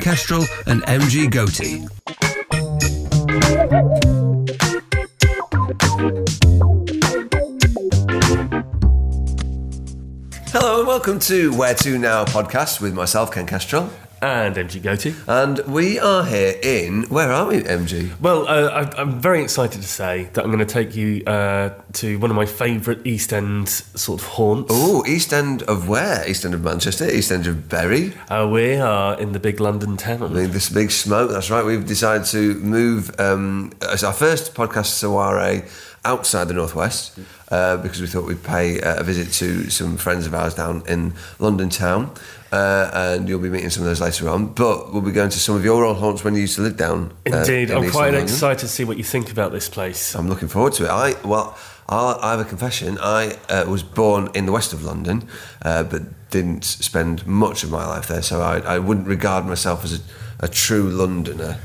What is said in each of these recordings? Kestrel and MG Goatee. Hello and welcome to Where To Now podcast with myself, Ken Kestrel. and MG Goatee. And we are here in. Where are we, MG? Well, uh, I, I'm very excited to say that I'm going to take you uh, to one of my favourite East End sort of haunts. Oh, East End of where? East End of Manchester, East End of Bury. Uh, we are in the big London I town. mean, This big smoke, that's right. We've decided to move um, as our first podcast soiree outside the Northwest uh, because we thought we'd pay uh, a visit to some friends of ours down in London town. Uh, and you'll be meeting some of those later on. But we'll be going to some of your old haunts when you used to live down. uh, Indeed, in I'm East quite London. excited to see what you think about this place. I'm looking forward to it. I well, I'll, I have a confession. I uh, was born in the west of London, uh, but didn't spend much of my life there, so I, I wouldn't regard myself as a, a true Londoner,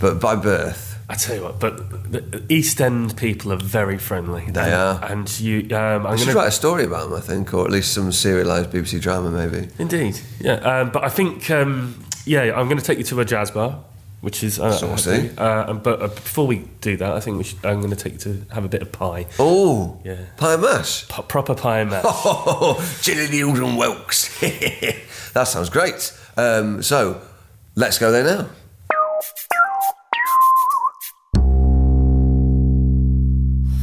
but by birth. I tell you what, but the- the East End people are very friendly. They are. and you. Um, I I'm should going to. write a story about them, I think, or at least some serialised BBC drama, maybe. Indeed, yeah. Um, but I think, um, yeah, I'm going to take you to a jazz bar. Which is uh, Saucy. Uh, but uh, before we do that, I think we should, I'm going to take you to have a bit of pie, Oh, Yeah. pie mash. P- proper pie and mash. Oh, chili noodles and whelks. that sounds great. Um, so, let's go there now.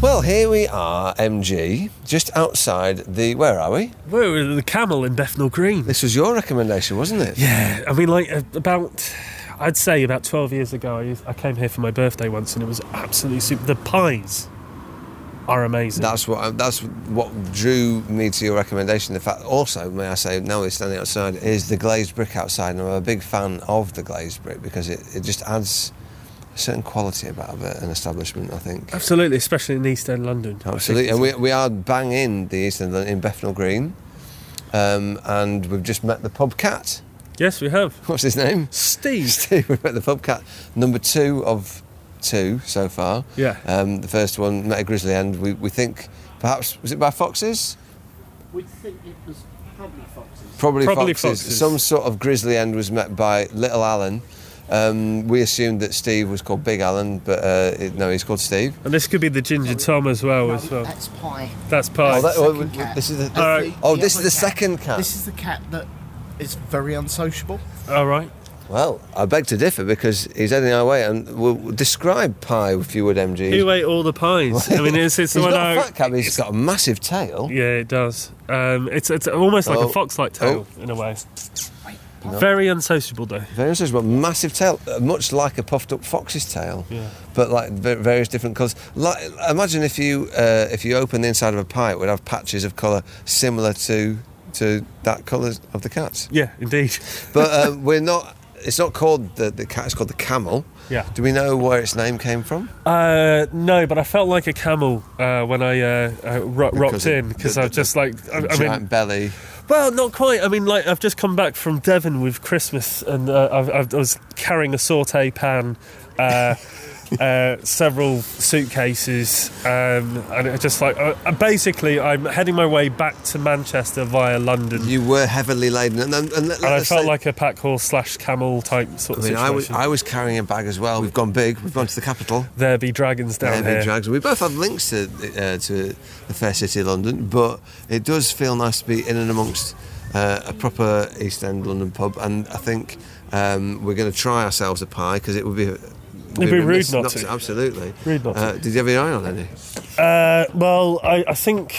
Well, here we are, MG, just outside the. Where are we? Well, the camel in Bethnal Green. This was your recommendation, wasn't it? Yeah, I mean, like a- about, I'd say about twelve years ago, I, used, I came here for my birthday once, and it was absolutely super. The pies are amazing. That's what um, that's what drew me to your recommendation. The fact, also, may I say, now we're standing outside, is the glazed brick outside, and I'm a big fan of the glazed brick because it, it just adds a certain quality about a- an establishment. I think absolutely, especially in East End London. I think absolutely, it's- and we, we are bang in the East End in Bethnal Green, um, and we've just met the pub cat. yes, we have What's his name? Steve. Steve, we met the pub cat number two of two so far. Yeah. Um, the first one met a grizzly, and we, we think perhaps was it by foxes. We'd think it was probably foxes. Probably, Probably foxes. foxes. Some sort of grizzly end was met by Little Alan. Um, we assumed that Steve was called Big Alan, but uh, it, no, he's called Steve. And this could be the Ginger Tom as well. as well, That's pie. that's pie. Oh, that- Second w- w- cat. this is the- That's Oh, um, All right. Oh, this is other the second cat. This is the cat that is very unsociable. All right. Well, I beg to differ because he's heading our way. And we'll we'll describe Pie, if you would, MG. Who ate all the pies? I mean, it's he's it's the one. not a I- fat cat, but he's got a massive tail. yeah, it does. Um, it's it's almost like Oh. a fox-like tail in a way. Very unsociable though. Very unsociable, massive tail, uh, much like a puffed up fox's tail, Yeah. but like va- various different colours. Like, imagine if you uh, if you open the inside of a pie, it would have patches of colour similar to to that colour of the cats. Yeah, indeed. But uh, we're not. It's not called the, the cat. It's called the camel. Yeah. Do we know where its name came from? Uh, no, but I felt like a camel uh, when I uh, uh, ro- rocked Because it- in because the- I've the- just like I, I Giant mean, belly. well, not quite. I mean, like I've just come back from Devon with Christmas, and uh, I've, I've, I was carrying a saute pan, uh, uh, several suitcases, um, and it was just like uh, uh, basically I'm heading my way back to Manchester via London, You were heavily laden, and, and, and, and I felt like a pack horse slash camel type I sort of mean, situation. I was, I was carrying a bag as well. We've gone big. We've gone to the capital. there be dragons down Heavy here. drags. We both have links to uh, to the fair city of London, but it does feel nice to be in and amongst uh, a proper East End London pub. And I think um, we're going to try ourselves a pie because it would be. It'd be rude not to. Absolutely. Rude not to. Uh, did you have your eye on any? Uh, well, I, I think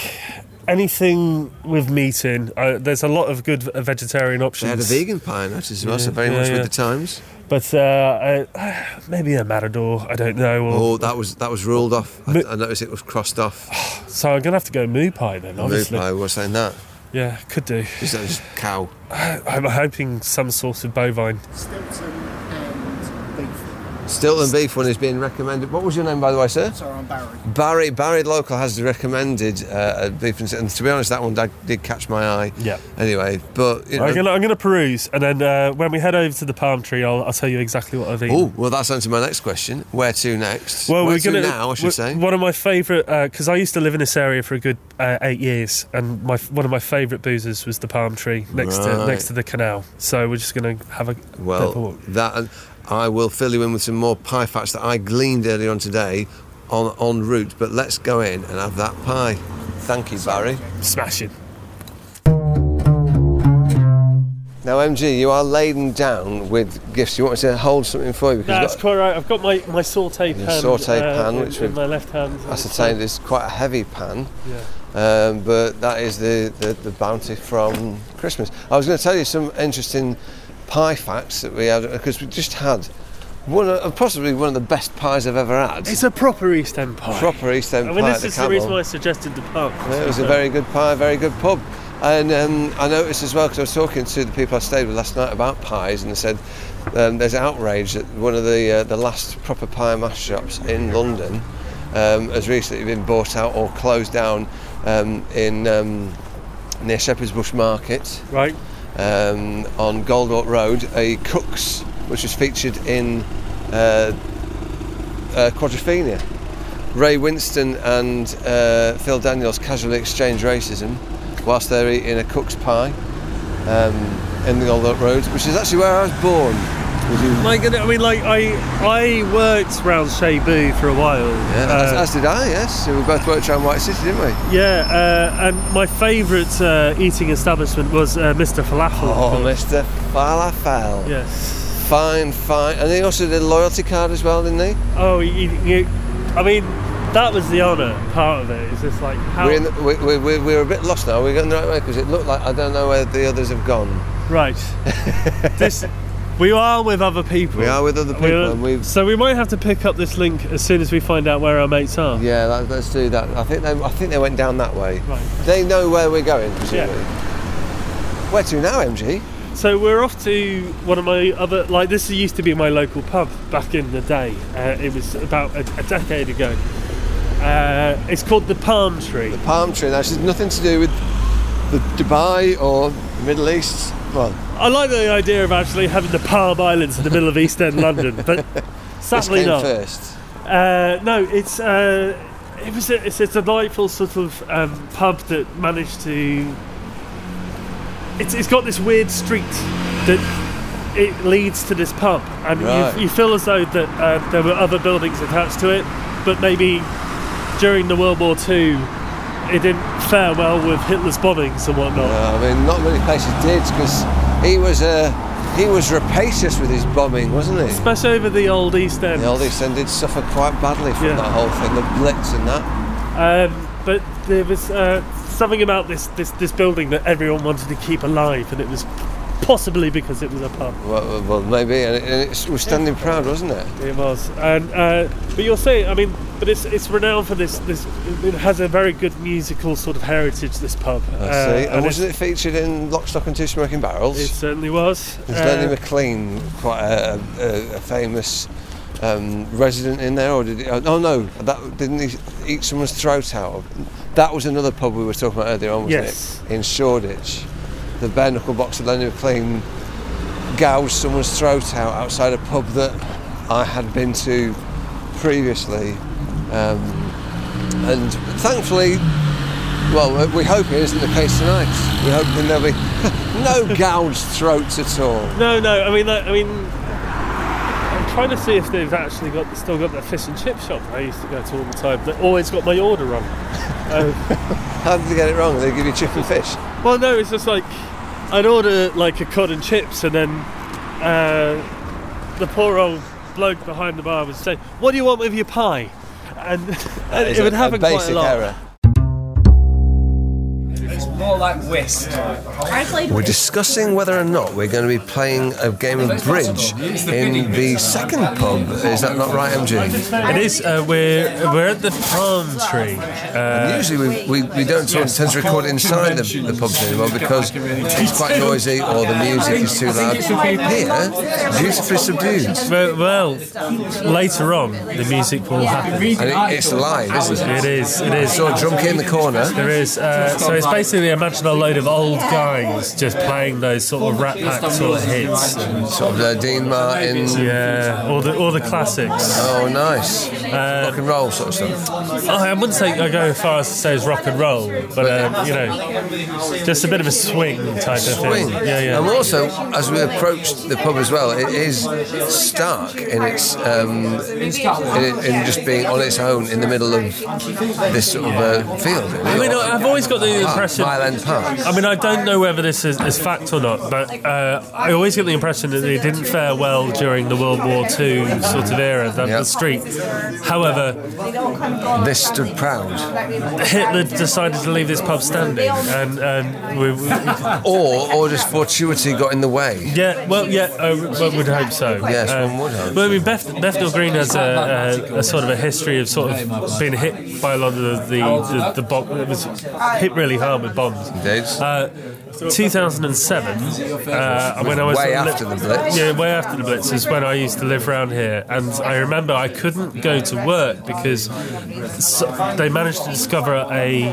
anything with meat in, uh, there's a lot of good vegetarian They options. had a vegan pie, I noticed as well, so Yeah, very yeah, much with yeah. the times. But uh, I, maybe a matador, I don't know. Or, Oh, that was that was ruled off. I, Mo- I noticed it was crossed off. so I'm going to have to go moo pie then, Moo obviously. pie was saying that. Yeah, could do. Just, just cow. I'm hoping some sort of bovine. Stilton and beef. Stilton beef one is being recommended. What was your name, by the way, sir? Sorry, I'm Barry. Barry Barry local has recommended uh, a beef and, and to be honest, that one did, did catch my eye. Yeah. Anyway, but you know, I'm gonna, I'm gonna peruse, and then uh, when we head over to the palm tree, I'll, I'll tell you exactly what I've eaten. oh well, that's on to my next question. Where to next? Well, Where we're to gonna now, I should we're- say. One of my favourite because I used to live in this area for a good uh, eight years, and my one of my favourite boozers was the palm tree next to Right. next to the canal. So we're just gonna have a bit of a Well, walk. that and I will fill you in with some more pie facts that I gleaned earlier on today on en route. But let's go in and have that pie. Thank you, Barry. smashing. Now, MG, you are laden down with gifts. You want me to hold something for you because That's you've got- quite right. I've got my, my saute Your pan, uh, saute pan, in- which in we've my left hand. ascertained it's quite a heavy pan. Yeah. Um, but that is the, the, the bounty from Christmas. I was going to tell you some interesting pie facts that we had because we just had one of, possibly one of the best pies I've ever had. It's a proper East End pie. proper East End I mean, pie. at this the is the reason Camel. why I suggested the pub. Yeah, it was a very good pie, very good pub. And um, I noticed as well because I was talking to the people I stayed with last night about pies, and they said um, there's outrage that one of the uh, the last proper pie mash shops in London um, has recently been bought out or closed down um, in um, near Shepherd's Bush Market right. um, on Goldwalk Road, a Cook's which was featured in uh, uh, Quadrophenia. Ray Winston and uh, Phil Daniels casually exchange racism whilst they're eating a Cook's pie um, in the Goldwalk Road, which is actually where I was born. Would you? Like I mean, like I I worked round Shea Boo for a while. Yeah, as, Uh, as did I, yes. We both worked around White City, didn't we? Yeah, uh, and my favourite uh, eating establishment was uh, Mr. Falafel. of Oh, course. Mr. Falafel. Yes. Fine, fine. And they also did a loyalty card as well, didn't they? Oh, you, you, I mean, that was the honour part of it. It's just like how We're, in the, we, we, we, we're a bit lost now. We're going the right way because it looked like I don't know where the others have gone. right. this we are with other people. We are with other people, We are- and we've so we might have to pick up this link as soon as we find out where our mates are. yeah. That, let's do that. I think they I think they went down that way. Right. They know where we're going. Presumably. Where to now, MG? So we're off to one of my other like this used to be my local pub back in the day. Uh, it was about a, a decade ago. Uh, it's called the Palm Tree. Palm tree. Now, this has nothing to do with the Dubai or the Middle East. Well, I like the idea of actually having the Palm Islands in the middle of East End London, but this sadly came not. first. Uh, no, it's uh, it was a, it's a delightful sort of um, pub that managed to. It's, it's got this weird street that it leads to this pub, and Right. you, you feel as though that uh, there were other buildings attached to it, but maybe during the World War II, it didn't fare well with Hitler's bombings and whatnot. Uh, I mean, not many places did because he was Uh, he was rapacious with his bombing, wasn't he? Especially over the old East End. The old East End did suffer quite badly from Yeah. that whole thing, the Blitz and that. Um, but there was uh, something about this, this this building that everyone wanted to keep alive, and it was possibly because it was a pub. Well, well, well maybe, and it, and it was standing proud, wasn't it? It was, and uh, but you'll see. I mean, but it's it's renowned for this this. It has a very good musical sort of heritage. This pub. I Uh, see. And and it's- wasn't it featured in Lock, Stock and Two Smoking Barrels? It certainly was. Is Uh, Lenny McLean quite a, a, a famous um, resident in there, or did he? Oh no, that didn't he eat someone's throat out? That was another pub we were talking about earlier on, wasn't Yes. it? In Shoreditch, the bare knuckle box of Lenny McLean gouged someone's throat out outside a pub that I had been to previously, um, and thankfully. Well, we hope it isn't the case tonight. We hope that there'll be no gouged throats at all. no, no. I mean, like, I mean, I'm trying to see if they've actually got still got their fish and chip shop that I used to go to all the time. They always got my order wrong. Um, How did they get it wrong? They give you chicken fish. Well, no, it's just like I'd order like a cod and chips, and then uh, the poor old bloke behind the bar would say, "What do you want with your pie?" And, and It's it would a- a happen quite basic a lot. error. More like whist. I played We're with discussing whether or not we're going to be playing a game of bridge in the second pub. Is that not right, MG? It is. Uh, we're we're at the palm tree. Uh, Usually we, we, we don't sort of tend to record inside the, the pubs anymore because it's quite noisy or the music is too loud. Here, beautifully subdued. well, well, later on the music will happen. And it, it's live, isn't it? It is. It is. Saw Drunky in the corner. There is. Uh, so it's basically imagine a load of old guys just playing those sort of Rat Pack sort of hits. Sort of uh, Dean Martin. Yeah, all the all the classics. Oh, nice. Uh, Rock and roll sort of stuff. Oh, I wouldn't say I go as far as to say it's rock and roll, but um, you know, just a bit of a swing type of Swing. thing. Yeah, And yeah. also, as we approached the pub as well, it is stark in its um, in, it, in just being on its own in the middle of this sort of uh, field. I mean, I- I've always got the Ah, impression. Mile End Park. I mean, I don't know whether this is, is fact or not, but uh, I always get the impression that they didn't fare well during the World War II sort of era, that Yeah. the street. However, This stood proud. Hitler decided to leave this pub standing, and, and we, we- Or, or just fortuity got in the way. yeah, well, yeah, I w- would hope so. Yes, Um, one would hope. Well, I mean, Beth, Bethnal Green has a, a, a sort of a history of sort of being hit by a lot of the the, the, bomb. It was hit really hard with bombs. Indeed. Uh, 2007, uh, when I was Way li- after the Blitz. Yeah, way after the Blitz is when I used to live around here, and I remember I couldn't go to work because s they managed to discover a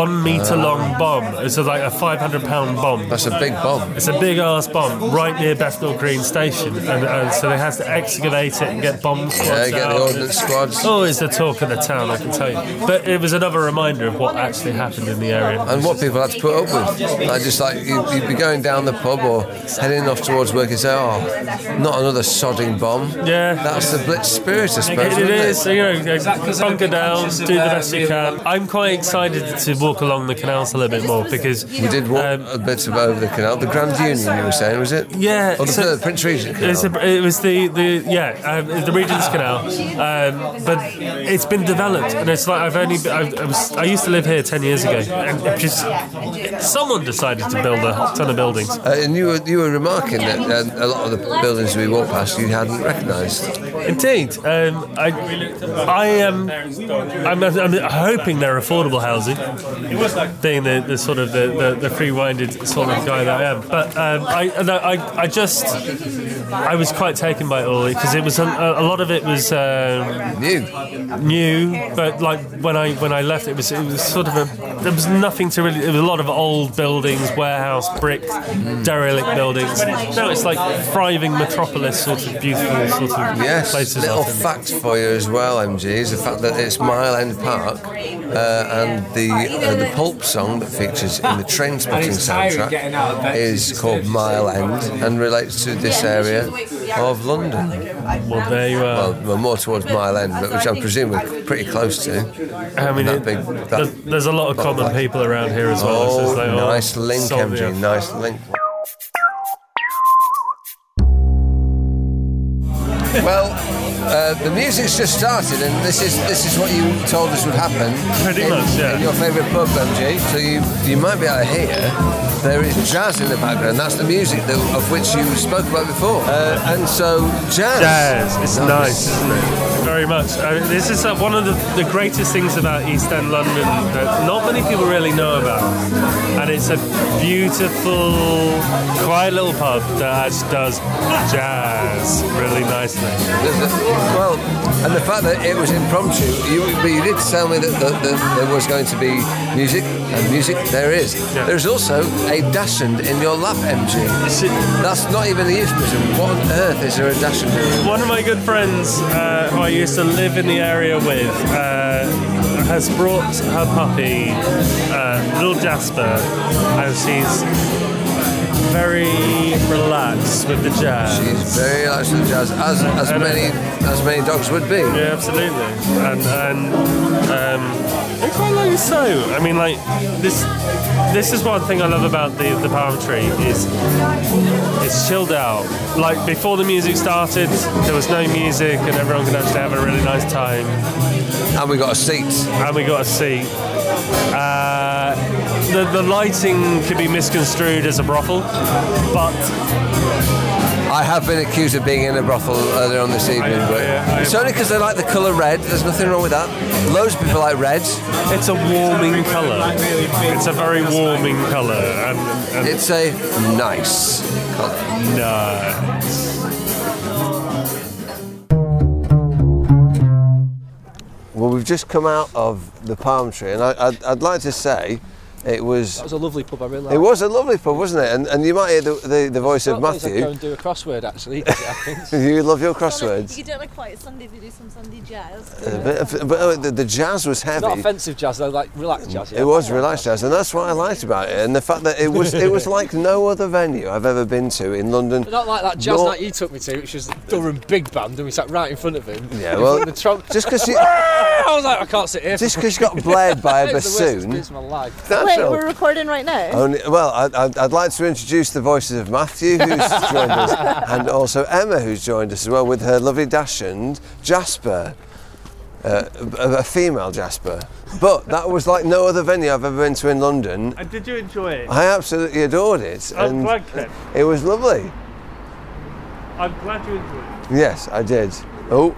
one meter long bomb. It's like a 500 pound bomb. That's a big bomb. It's a big ass bomb right near Bethnal Green Station, and, and so they had to excavate it and get bomb squads Yeah, Uh, get the out. ordnance squads. Oh, it's the talk of the town, I can tell you. But it was another reminder of what actually happened in the area. and what people had to put up with. Like just like you, you'd be going down the pub or heading off towards work and say, "Oh, not another sodding bomb." Yeah. that's the blitz spirit, I suppose. It, it isn't is, you know, bunker down, conscious do of the that best you being can. I'm quite excited to walk along the canals a little bit more because We did walk Um, a bit of over the canal, the Grand Union. You were saying, was it? Yeah, Or the so- third Prince Regent Canal. It's a, it was the, the yeah um, the Regent's Canal, um, but it's been developed, and it's like I've only I, I, was, I used to live here ten years ago, and it just someone decided to build a whole ton of buildings. Uh, and you were you were remarking that uh, a lot of the buildings we walked past you hadn't recognised. Indeed, um, I I am I'm, I'm hoping they're affordable housing, being the, the sort of the, the, the free-minded sort of guy that I am. But um, I, no, I I just I was quite taken by it all because it was a, a lot of it was. Um, New. new, but like when I when I left, it was it was sort of a there was nothing to really. There was a lot of old buildings, warehouse, brick, derelict buildings. Now it's like thriving metropolis, sort of beautiful, sort of Yes, places. little out in- fact for you as well, MG, is the fact that it's Mile End Park uh, and the uh, the Pulp song that features in the Train Spotting it's tiring getting out of soundtrack bed. is called Mile End and relates to this area of London. well, there you Well, are. well, more towards Mile End, but which I presume we're pretty close to. I mean, that it- big- that- there's, there's a lot of common people around here as well. It's Oh, just like, oh, nice link, sorry, MG, yeah. nice link. Well, uh, the music's just started, and this is this is what you told us would happen. Pretty in, much, yeah. In your favourite pub, MG. So you you might be able to hear there is jazz in the background. That's the music that, of which you spoke about before. Uh, and so jazz. Jazz. It's nice, isn't it? Very much. I mean, this is uh, one of the, the greatest things about East End London that not many people really know about. And it's a beautiful, quiet little pub that actually does jazz really nicely. The- the- Well, and the fact that it was impromptu, you, but you did tell me that, that, that there was going to be music, and music there is. Yeah. There's also a dashend in your lap, MG. It's- it- That's not even a euphemism. What on earth is there a dashend in? One of my good friends uh, who I used to live in the area with uh, has brought her puppy, uh, little Jasper, and she's very relaxed with the jazz. She's very relaxed with jazz, as, as many as many dogs would be. Yeah, absolutely. And and um, and quite like so. I mean, like this. This is one thing I love about the the palm tree is it's chilled out. Like before the music started, there was no music, and everyone could actually have a really nice time. And we got a seat. And we got a seat. Uh, the, the lighting could be misconstrued as a brothel, but I have been accused of being in a brothel earlier on this evening, know, but yeah, I- it's only because they like the colour red. There's nothing wrong with that. Loads of people like reds. it's a warming colour. It's a very warming colour, and, and It's a nice colour. no, Well, we've just come out of the palm tree, and I, I'd, I'd like to say it was That was a lovely pub, I really liked it was a lovely pub, wasn't it? And, and you might hear the, the, the voice of Well, please, I'd Go Matthew. and do a crossword actually. 'cause it happens. You love your crosswords. You don't like quiet Sunday, they do some Sunday jazz. A bit of- but oh, the, the jazz was heavy. Not offensive jazz, though, like relaxed jazz. yeah. Mm. It was relaxed jazz, and that's what I liked about it, and the fact that it was it was like no other venue I've ever been to in London. Not like that jazz Nor- night you took me to, which was Durham Big Band, and we sat right in front of him. Yeah, In well, front of the trump. Just because you I was like, I can't sit here. just because you got blared by a It was the worst bassoon. experience of my life. that's Wait, all. we're recording right now. Only, well, I, I'd, I'd like to introduce the voices of Matthew, who's joined us, and also Emma, who's joined us as well, with her lovely dashend Jasper, uh, a, a female Jasper. But that was like no other venue I've ever been to in London. And did you enjoy it? I absolutely adored it, Oh, I'm and glad, Cliff. it was lovely. I'm glad you enjoyed it. Yes, I did. Oh,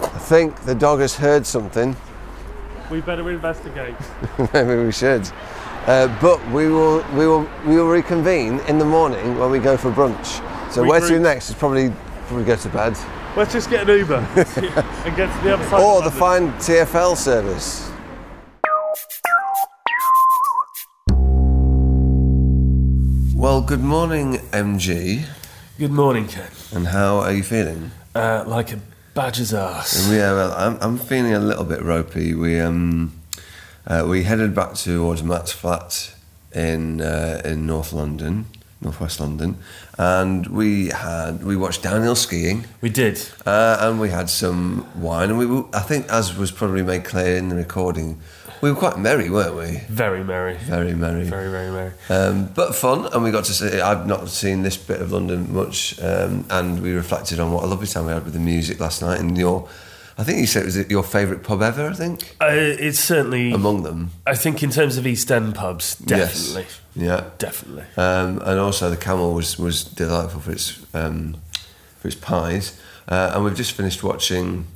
I think the dog has heard something. We better investigate. Maybe we should. Uh, but we will, we will, we will reconvene in the morning when we go for brunch. So where to Regroup. next is probably probably go to bed Let's just get an Uber and get to the other side. or of the London. fine TFL service. Well, good morning, MG, good morning, Ken. and how are you feeling? Uh, like a badger's ass. Yeah, well, I'm, I'm feeling a little bit ropey. We um, uh, we headed back towards Matt's flat in uh, in North London, Northwest London, and we had we watched downhill skiing, We did. uh, and we had some wine, and we were- I think as was probably made clear in the recording, we were quite merry, weren't we? Very merry. Very merry. Very, very merry. Um, but fun, and we got to see. I've not seen this bit of London much, um, and we reflected on what a lovely time we had with the music last night. And your, I think you said it was your favourite pub ever. I think Uh, it's certainly. among them, I think in terms of East End pubs, Yes. definitely, yeah, definitely. um, and also the Camel was was delightful for its um, for its pies. Uh, and we've just finished watching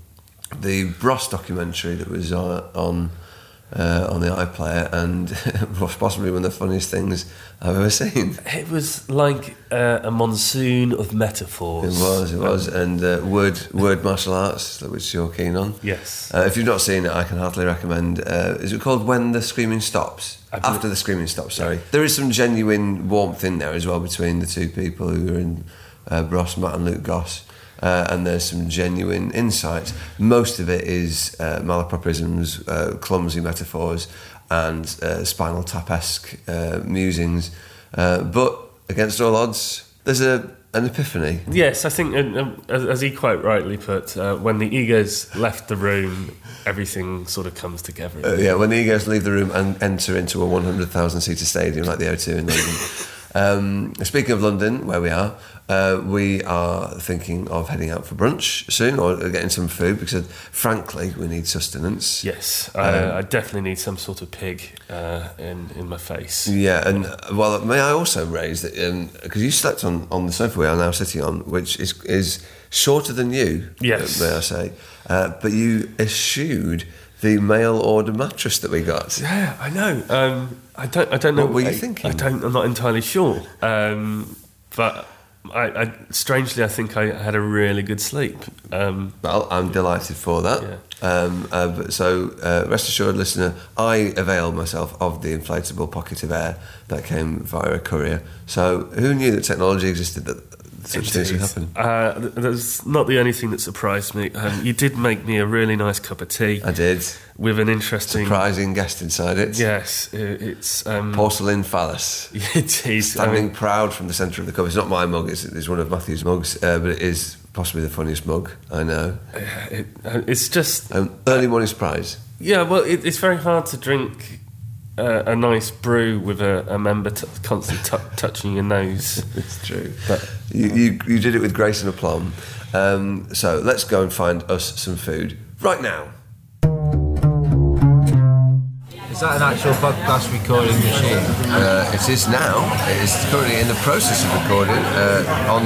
the Bros documentary that was on on, uh, on the iPlayer, and was possibly one of the funniest things I've ever seen. It was like uh, a monsoon of It metaphors. was, it was, Um, and uh, word word martial arts, that which you're keen on. Yes. Uh, if you've not seen it, I can heartily recommend. Uh, is it called When the Screaming Stops? I believe- After the Screaming Stops, sorry. There is some genuine warmth in there as well between the two people who are in uh, Ross, Matt, and Luke Goss. Uh, and there's some genuine insight. Most of it is uh, malapropisms, uh, clumsy metaphors, and uh, spinal tap esque uh, musings. Uh, but against all odds, there's a, an epiphany. Yes, I think, um, um, as, as he quite rightly put, uh, when the egos left the room, everything sort of comes together. Uh, yeah, when the egos leave the room and enter into a 100,000 seater stadium like the O2 in London. um, speaking of London, where we are, uh, we are thinking of heading out for brunch soon or getting some food because, frankly, we need sustenance. Yes, uh, um, I definitely need some sort of pig uh, in in my face. Yeah, and uh, well, may I also raise that because you slept on, on the sofa we are now sitting on, which is is shorter than you. Yes. uh, may I say? Uh, but you eschewed the mail order mattress that we got. Yeah, I know. Um, I don't. I don't know. What were you I, thinking? I don't. I'm not entirely sure. Um, but I, I strangely, I think I had a really good sleep. Um, Well, I'm delighted for that. Um, uh, but so, uh, rest assured, listener, I availed myself of the inflatable pocket of air that came via a courier. So, who knew that technology existed that such things could Indeed. happen? Uh, th- that's not the only thing that surprised me. Um, you did make me a really nice cup of tea I did. with an interesting. Surprising guest inside it. Yes, i- it's. Um, Porcelain phallus. it is. I Standing mean, proud from the centre of the cup. It's not my mug, it's, it's one of Matthew's mugs, uh, but it is possibly the funniest mug I know. it, uh, it's just. Um, early morning surprise. Yeah, well, it, it's very hard to drink uh, a nice brew with a, a member t- constantly t- touching your nose. It's true. you, you, you did it with grace and aplomb. Um, so let's go and find us some food right now. Is that an actual podcast recording machine? Uh, it is now. It is currently in the process of recording uh, on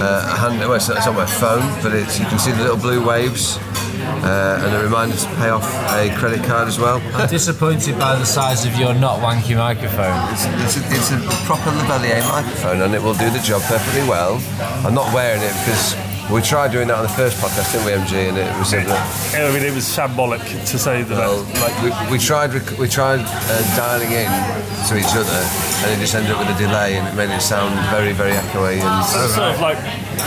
uh, a hand. Well, it's, it's on my phone, but it's, you can see the little blue waves uh, and a reminder to pay off a credit card as well. I'm disappointed by the size of your not wanky microphone. It's, it's, a, it's a proper Lavalier microphone, and it will do the job perfectly well. I'm not wearing it because we tried doing that on the first podcast, didn't we, MG? And it was. I mean, it was shambolic to say the Well, best. like we, we tried, rec- we tried uh, dialing in to each other, and it just ended up with a delay, and it made it sound very, very echoey. And Sort of like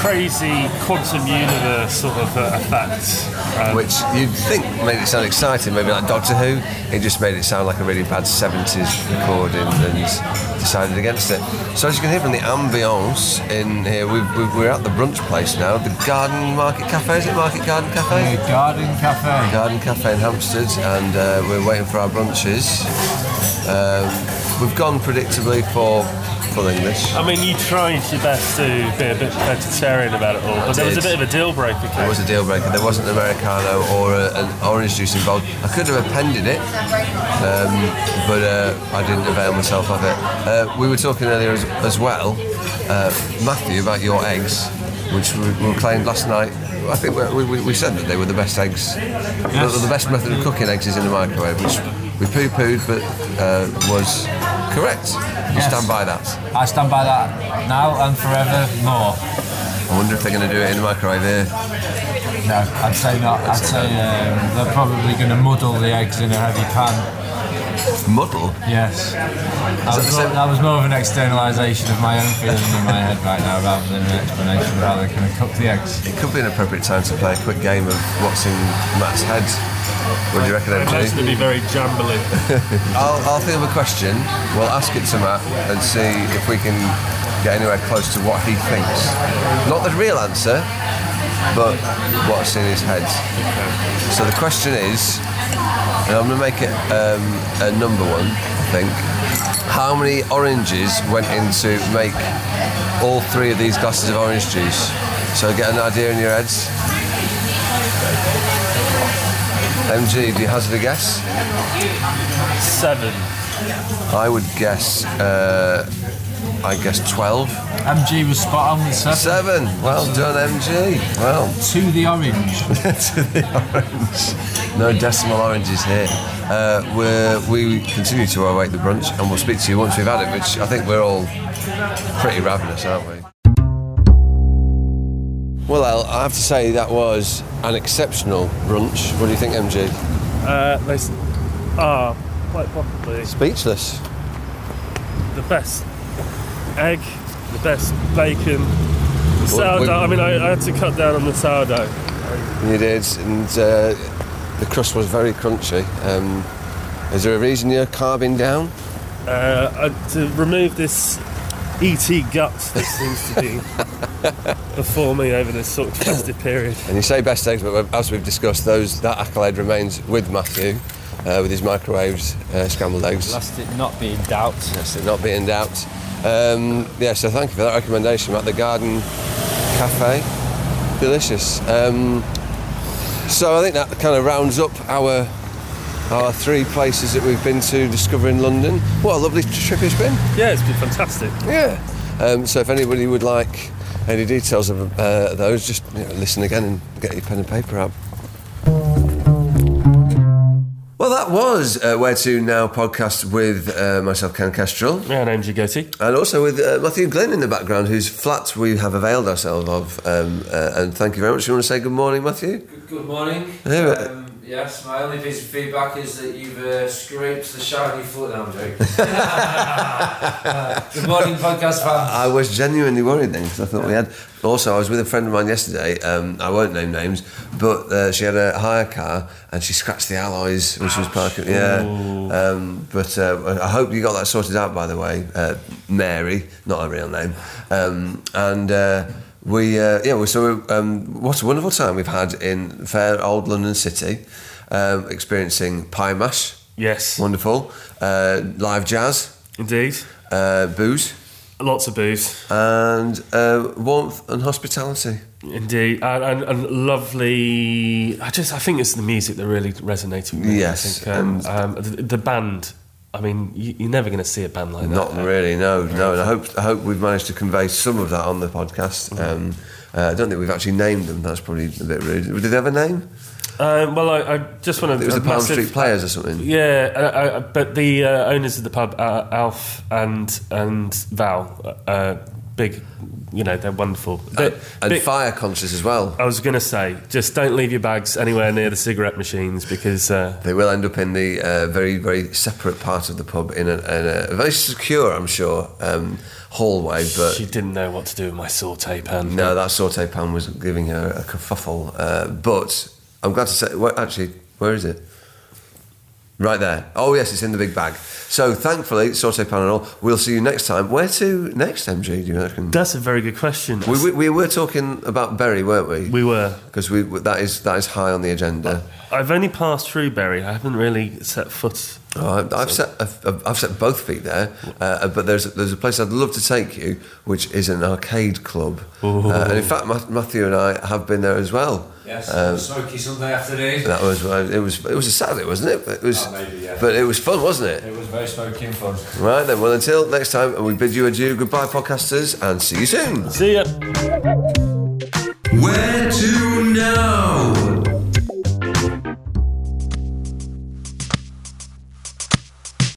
crazy quantum universe sort of uh, effect. Um, which you'd think made it sound exciting, maybe like Doctor Who. It just made it sound like a really bad 70s recording and decided against it. So, as you can hear from the ambience in here, we've, we've, we're at the brunch place now, the Garden Market Cafe. Is it Market Garden Cafe? A garden cafe. Garden Cafe in Hampstead, and uh, we're waiting for our brunches. Um, we've gone predictably for full English. I mean, you tried your best to be a bit vegetarian about it all, but there was a did. bit of a deal breaker. It case. was a deal breaker. There wasn't an Americano or a, an orange juice involved. I could have appended it, um, but uh, I didn't avail myself of it. Uh, we were talking earlier as, as well, uh, Matthew, about your eggs, which we, we claimed last night. I think we, we, we said that they were the best eggs. The, the best method of cooking eggs is in the microwave, which we poo pooed, but uh, was correct. We Yes. stand by that. I stand by that now and forevermore. I wonder if they're going to do it in the microwave uh, here. No, I'd say not. I'd say um, they're probably going to muddle the eggs in a heavy pan. Muddle. Yes. That the was, more, same- that was more of an externalisation of my own feeling in my head right now rather than an explanation of how they're going to cook the eggs. It could be an appropriate time to play a quick game of what's in Matt's head. What do you reckon, I imagine MG? it'd be very jambly. I'll, I'll think of a question, we'll ask it to Matt and see if we can get anywhere close to what he thinks. Not the real answer, but what's in his head. So the question is, and I'm going to make it um, a number one, I think. How many oranges went in to make all three of these glasses of orange juice? So get an idea in your heads. MG, do you hazard a guess? Seven. I would guess. Uh, I guess twelve. MG was spot on with seven. Seven. Well done, MG. Well, To the orange. to the orange. No decimal oranges here. Uh, we're, we continue to await the brunch, and we'll speak to you once we've had it, which I think we're all pretty ravenous, aren't we? Well, Al, I have to say that was an exceptional brunch. What do you think, MG? Uh, they s- are quite possibly Speechless. the best egg, the best bacon. The Well, we- sourdough. I mean, I, I had to cut down on the sourdough. You did, and uh, the crust was very crunchy. Um, is there a reason you're carving down? Uh, I, to remove this ET gut that seems to be before me over this sort of festive period. And you say best eggs, but as we've discussed, those that accolade remains with Matthew, uh, with his microwaves uh, scrambled eggs. Last it not be in doubt. That's it, not be in doubt. Um, yeah, so thank you for that recommendation at the Garden Cafe. Delicious. Um, so I think that kind of rounds up our our three places that we've been to discovering London. What a lovely trip it's been. Yeah, it's been fantastic. Yeah. Um, so if anybody would like any details of uh, those, just you know, listen again and get your pen and paper out. Well, that was uh, Where To Now podcast with uh, myself, Ken Kestrel, Yeah, name's Yogoti. and also with uh, Matthew Glenn in the background, whose flat we have availed ourselves of. Um, uh, and thank you very much. You want to say good morning, Matthew? Good morning. Hey, but- Um, yes, my only piece of feedback is that you've uh, scraped the shiny foot. No, I'm joking. Good morning, podcast fans. I was genuinely worried then because I thought we had. Also, I was with a friend of mine yesterday. Um, I won't name names, but uh, she had a hire car and she scratched the alloys when she was parking. Yeah. Um, but uh, I hope you got that sorted out, by the way, uh, Mary, not her real name. Um, and. Uh, we uh, yeah, we so um, what a wonderful time we've had in fair old London city, um, experiencing pie mash, Yes, wonderful, uh, live jazz, indeed. uh, booze, Lots of booze. and uh, warmth and hospitality. Indeed, and, and, and lovely. I just, I think it's the music that really resonated with me. Yes, I think. Um, and- um, the, the band. I mean, you, you're never going to see a band like Not that. really, no, no. And I hope I hope we've managed to convey some of that on the Mm. podcast. Um, uh, I don't think we've actually named them. That's probably a bit rude. Did they have a name? Um, well, I, I just want to. It was the Palm Street Players or something. Yeah, I, I, but the uh, owners of the pub, uh, Alf and and Val, uh, big, you know, they're wonderful. And, They- Uh, and big- fire conscious as well. I was going to say, just don't leave your bags anywhere near the cigarette machines because uh, They will end up in the uh, very, very separate part of the pub in a, in a very secure, I'm sure, um, hallway. But she didn't know what to do with my saute pan. No, that saute pan was giving her a kerfuffle. Uh, but I'm glad to say, well, actually, where is it? Right there. Oh, yes, it's in the big bag. So thankfully, saute pan and all, we'll see you next time. Where to next, MG, do you reckon? That's a very good question. We, we, we were talking about Berry, weren't we? we were. Because we, that is that is high on the agenda. I've only passed through Berry. I haven't really set foot. Oh, I- I've set I've, I've- I've set both feet there, uh, but there's there's a place I'd love to take you, which is an arcade club. Uh, and in fact, Ma- Matthew and I have been there as well. Yes, Um, smoky Sunday afternoon. That was uh, it was it was a Saturday, wasn't it? But it was, Oh, maybe, yeah. but it was fun, wasn't it? It was very smoky and fun. Right then. Well, until next time, and we bid you adieu, goodbye, podcasters, and see you soon. See ya. Where to now?